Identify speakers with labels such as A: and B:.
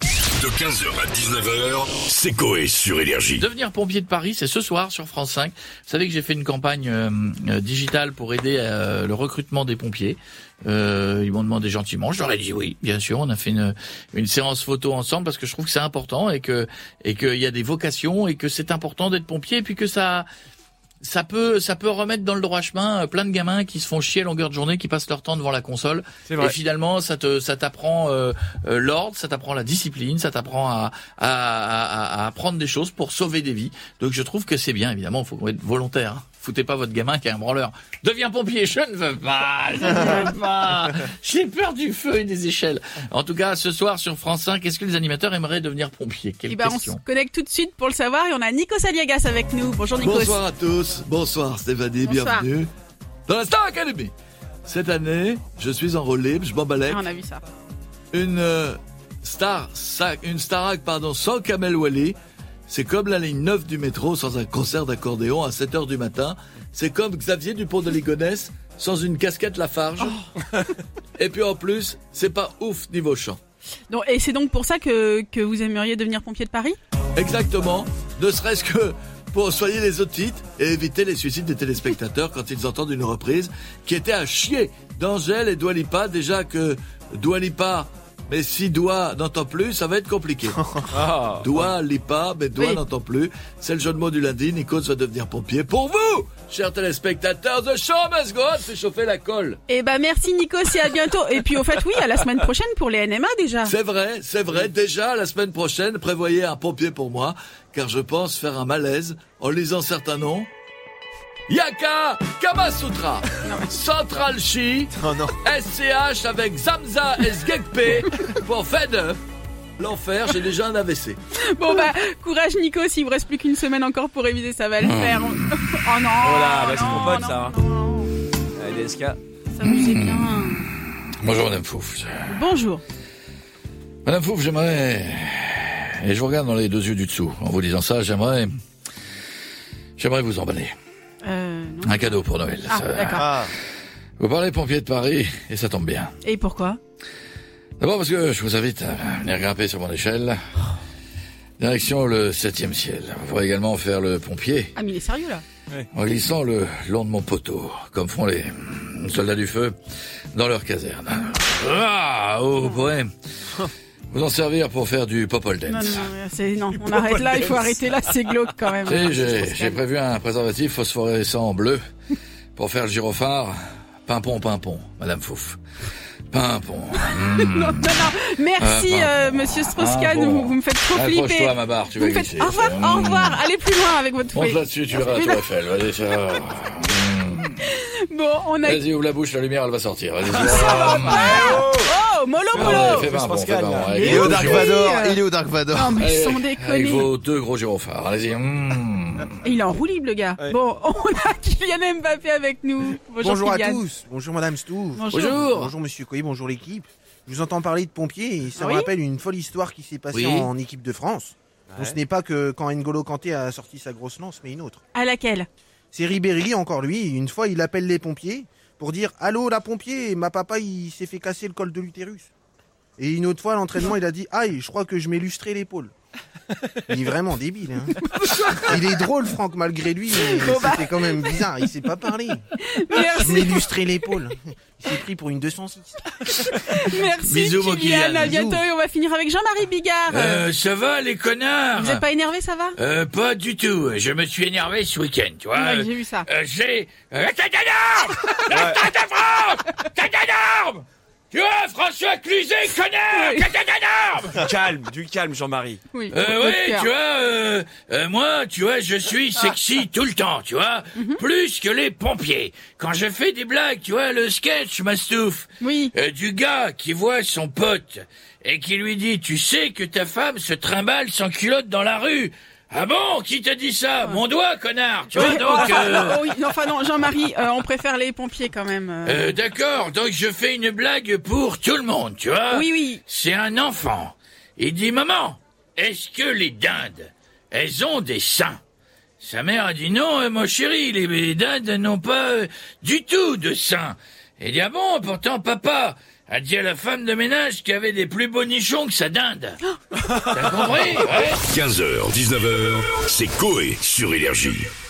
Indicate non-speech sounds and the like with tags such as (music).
A: De 15h à 19h, c'est Coé sur Énergie.
B: Devenir pompier de Paris, c'est ce soir sur France 5. Vous savez que j'ai fait une campagne euh, euh, digitale pour aider euh, le recrutement des pompiers. Euh, ils m'ont demandé gentiment, je leur ai dit oui, bien sûr. On a fait une, une séance photo ensemble parce que je trouve que c'est important et que et qu'il y a des vocations et que c'est important d'être pompier et puis que ça ça peut ça peut remettre dans le droit chemin euh, plein de gamins qui se font chier à longueur de journée, qui passent leur temps devant la console.
C: C'est vrai.
B: Et finalement, ça te ça t'apprend euh, euh, l'ordre, ça t'apprend la discipline, ça t'apprend à, à, à, à apprendre des choses pour sauver des vies. Donc je trouve que c'est bien, évidemment, faut être volontaire. hein. Foutez pas votre gamin qui est un branleur. Deviens pompier, je ne veux pas, je ne veux pas. J'ai peur du feu et des échelles. En tout cas, ce soir sur France 5, est-ce que les animateurs aimeraient devenir pompiers Quelle
D: Eh ben, on se
B: question.
D: connecte tout de suite pour le savoir et on a Nikos Aliagas avec nous. Bonjour Nikos.
E: Bonsoir à tous, bonsoir Stéphanie,
D: Bonsoir.
E: bienvenue dans la Star Academy. Cette année, je suis en relais, je m'emballais.
D: Ah, on a vu ça.
E: Une euh, star, sa- une starac, pardon, sans Kamel Wally. C'est comme la ligne 9 du métro sans un concert d'accordéon à 7h du matin. C'est comme Xavier Dupont de Ligonnès sans une casquette Lafarge.
D: Oh.
E: Et puis en plus, c'est pas ouf niveau chant.
D: Donc, et c'est donc pour ça que, que vous aimeriez devenir pompier de Paris
E: Exactement, ne serait-ce que pour soigner les otites et éviter les suicides des téléspectateurs quand ils entendent une reprise qui était à chier d'Angèle et Doualipa. Déjà que Doualipa, mais si Doua n'entend plus, ça va être compliqué. Doua, Lipa, mais Doua
D: Oui.
E: n'entend plus. C'est le jeu de mots du lundi. Nikos va devenir pompier pour vous, chers téléspectateurs. The show must go on, c'est chauffer la colle.
D: Eh ben merci Nikos et à bientôt. Et puis au fait oui, à la semaine prochaine pour les NMA déjà.
E: C'est vrai, c'est vrai. Déjà, la semaine prochaine, prévoyez un pompier pour moi, car je pense faire un malaise en lisant certains noms. Yaka Kamasutra, Central Chi,
C: Oh non.
E: SCH avec Zamza
C: (laughs)
E: et Sgekpe pour Fed. L'enfer, j'ai déjà un AVC.
D: Bon bah courage Nikos, il vous reste plus qu'une semaine encore pour réviser, ça va le faire. Oh non.
C: Oh là, bah, c'est
D: non,
C: mon pote,
D: non,
C: ça, hein.
D: non.
C: La DSK.
D: Ça vous est bien.
B: Bonjour Madame Fouf.
D: Bonjour.
B: Madame Fouf, j'aimerais, et je vous regarde dans les deux yeux du dessous, en vous disant ça, j'aimerais, j'aimerais vous emballer.
D: Euh, non.
B: Un cadeau pour Noël.
D: Ah
B: Ça-
D: d'accord.
C: Ah.
B: Vous parlez pompiers de Paris, et ça tombe bien.
D: Et pourquoi
B: D'abord parce que je vous invite à venir grimper sur mon échelle. Direction le septième ciel. Vous pourrez également faire le pompier
D: Ah mais il est sérieux là.
B: en glissant le long de mon poteau, comme font les soldats du feu dans leur caserne. Ah, vous pourrez vous en servir pour faire du popol dance.
D: Non non, non c'est non, on arrête là, il faut arrêter là, c'est glauque quand même.
B: Si, j'ai j'ai prévu un préservatif phosphorescent en bleu pour faire le gyrophare. Pimpon, pimpon, Madame Fouf. Pimpon.
D: Non, non, non. Merci,
B: Ah,
D: euh, monsieur Strauss-Kahn,
B: Ah, bon.
D: vous, vous me faites trop flipper.
B: Accroche-toi à ma barre, tu
D: Vous
B: vas
D: me faites
B: glisser.
D: au revoir,
B: Mmh.
D: au revoir, allez plus loin avec votre
B: Monte
D: fouet.
B: là-dessus, tu verras la tour Eiffel. Vas-y, ça
D: (laughs)
B: va. Mmh.
D: Bon, on a.
B: Vas-y, ouvre la bouche, la lumière, elle va sortir. Vas-y, ça va.
D: Oh, mollo,
B: Ah ouais,
D: mollo
B: fais pas, bon, fais pas, bon. Avec
F: Il
D: Mais
F: est
B: vos
F: au
D: oui.
F: Dark
B: deux-
F: Vador, il est au Dark Vador.
D: Non, mais
B: Allez,
D: sans
B: Avec
D: déconner.
B: vos deux gros gyrophares. Allez-y. Mmh.
D: Et Il est en roue libre, le gars. Bon, (laughs) on a Kylian Mbappé avec nous. Bonjour,
F: Bonjour à
D: Kylian.
F: tous, bonjour Madame Stouve.
D: Bonjour.
F: Bonjour Monsieur Coy, bonjour l'équipe. Je vous entends parler de pompiers et ça
D: Oui.
F: me rappelle une folle histoire qui s'est passée
B: Oui.
F: en équipe de France. Bon, ce n'est pas que quand N'Golo Kanté a sorti sa grosse lance, mais une autre.
D: À laquelle
F: C'est Ribéry, encore lui. Une fois, il appelle les pompiers pour dire Allô, la pompier, ma papa, il s'est fait casser le col de l'utérus. Et une autre fois, à l'entraînement, il a dit Aïe, je crois que je m'ai lustré l'épaule. (laughs) Il est vraiment débile. hein. Il est drôle, Franck, malgré lui. mais
D: Bon, bah.
F: C'était quand même bizarre. Il sait pas parler.
B: (laughs)
F: Je m'ai
D: Merci,
F: lustré l'épaule. Il s'est pris pour une 206.
D: merci
B: Bisous, mon
D: Kylian.
B: Kylian,
D: À bientôt et on va finir avec Jean-Marie Bigard.
B: Euh, ça va, les connards
D: Vous êtes pas énervé, ça va
B: Euh, pas du tout. Je me suis énervé ce week-end, tu vois.
D: Ouais, J'ai vu ça.
B: Euh, j'ai... Euh, t'es énorme
D: (laughs)
B: T'es de France T'es énorme Tu vois, François Cluzet, connard T'es
D: (laughs)
B: énorme
C: Du calme, du calme, Jean-Marie.
D: Oui.
B: euh,
D: Notre
B: oui,
D: cœur. Ah.
B: tu vois, euh, euh, moi, tu vois, je suis sexy tout le temps, tu vois,
D: Mhm.
B: plus que les pompiers. Quand je fais des blagues, tu vois, le sketch m'astouffe.
D: Oui.
B: Euh, du gars qui voit son pote et qui lui dit Tu sais que ta femme se trimballe sans culotte dans la rue Ah bon Qui t'a dit ça Mon doigt, connard Tu vois,
D: (laughs) Ouais,
B: donc.
D: enfin,
B: euh,
D: non, Ah, oui, non, enfin non, Jean-Marie, euh, on préfère les pompiers quand même. euh.
B: euh, D'accord, donc je fais une blague pour tout le monde, tu vois
D: Oui, oui.
B: C'est un enfant. Il dit Maman, est-ce que les dindes, elles ont des seins Sa mère a dit Non, euh, mon chéri, les, les dindes n'ont pas euh, du tout de seins. Il dit Ah bon, pourtant, papa a dit à la femme de ménage qu'il y avait des plus beaux nichons que sa dinde. T'as compris ouais
A: 15h, 19h, c'est Coé sur Énergie.